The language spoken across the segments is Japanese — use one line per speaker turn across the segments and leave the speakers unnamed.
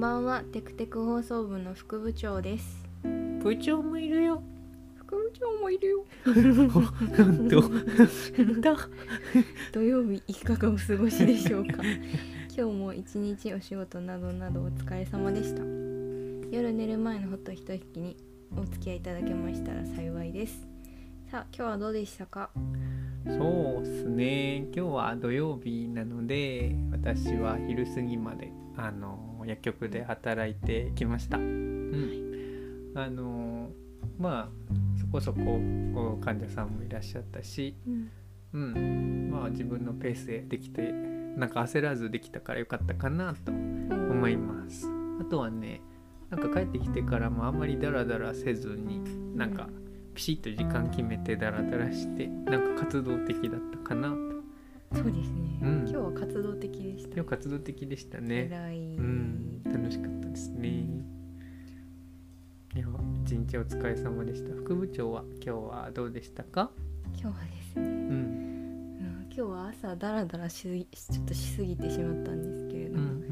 ばんはテクテク放送部の副部長です
部長もいるよ。
副部長もいる よ
なんと。だ。
土曜日いかがお過ごしでしょう か今日も一日お仕事などなどお疲れ様でした夜寝る前のほっと一息にお付き合いいただけましたら幸いですさあ今日はどうでしたか
そうっすね。今日は土曜日なので、私は昼過ぎまであの薬局で働いてきました。うん。あのまあそこそここう患者さんもいらっしゃったし、
うん
うん。まあ自分のペースでできて、なんか焦らずできたから良かったかなと思いますあとはねなんか帰ってきてからもあんまりダラダラせずになんかピシッと時間決めてダラダラしてなんか活動的だったかなと
そうですね、
うん
今日は活動的でした
でも活動的でしたね
偉い、
うん楽しかったですねいや一日お疲れ様でした副部長は今日はどうでしたか
今日はですね、
うん
うん今日は朝ダラダラしすぎちょっとしすぎてしまったんですけれ
うん
ど
う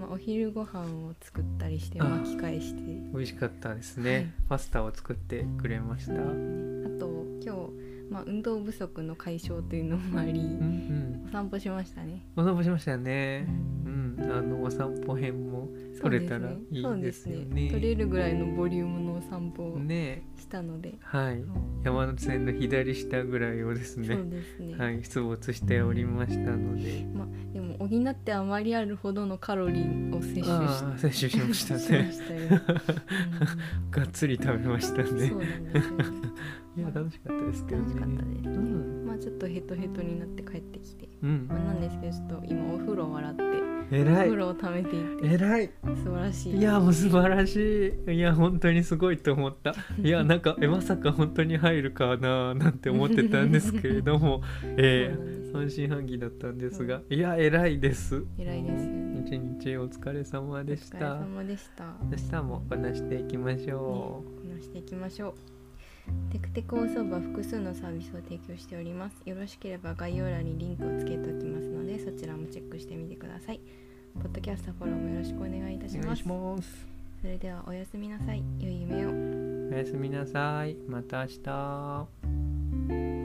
も、ま
ん
あ、お昼ご飯を作ったりして
あ
巻き返して
美味しかったですね、
はい
パスタを作ってくれましたうん
あと今日、まあ、運動不足の解消というのもあり、
うん
お散歩しましたね。
お散歩しましたねうん、あのお散歩編も
そう
取
ですね
れたらいいですよ
そうですね
ね。
取れるぐらいのボリュームのお散歩を
ね
したので、
はい
そ、
山手線の左下ぐらいをです
うそ
ね
うですね。
はい出没しておりましたので
まあでも補って余りあるほどのカロリーを摂取し
ああ摂取しました
しま
ね
したよ。
がっつり食べました
うん
ね
そうなんですよ。
いや楽しかったですけど
楽
ね
しかったですね。
うん
まあちょっとヘトヘトになって帰ってきて、
うん
まあ、なんですけどちょっと今お風呂を洗って、
え
お
らい
風呂を溜めていって
えらい
素晴らしい。
いやもう素晴らしいいや本当にすごいと思ったいやなんかえまさか本当に入るかななんて思ってたんですけれ どもえー、
そうなん
半
ですよ
信半疑だったんですが、いや偉いです
偉いですよね。
一日お疲れ様でし
お
た
疲れ様でした。
明日もこなしていきまし
こ
ょ
なしていきましょうテクテク放送部は複数のサービスを提供しておりますよろしければ概要欄にリンクをつけておきますのでそちらもチェックしてみてくださいポッドキャストフォローもよろしくお願いいたし
うお願
ま
い
す
します
それではおやすみなさい良い夢を
おやすみなさいまた明日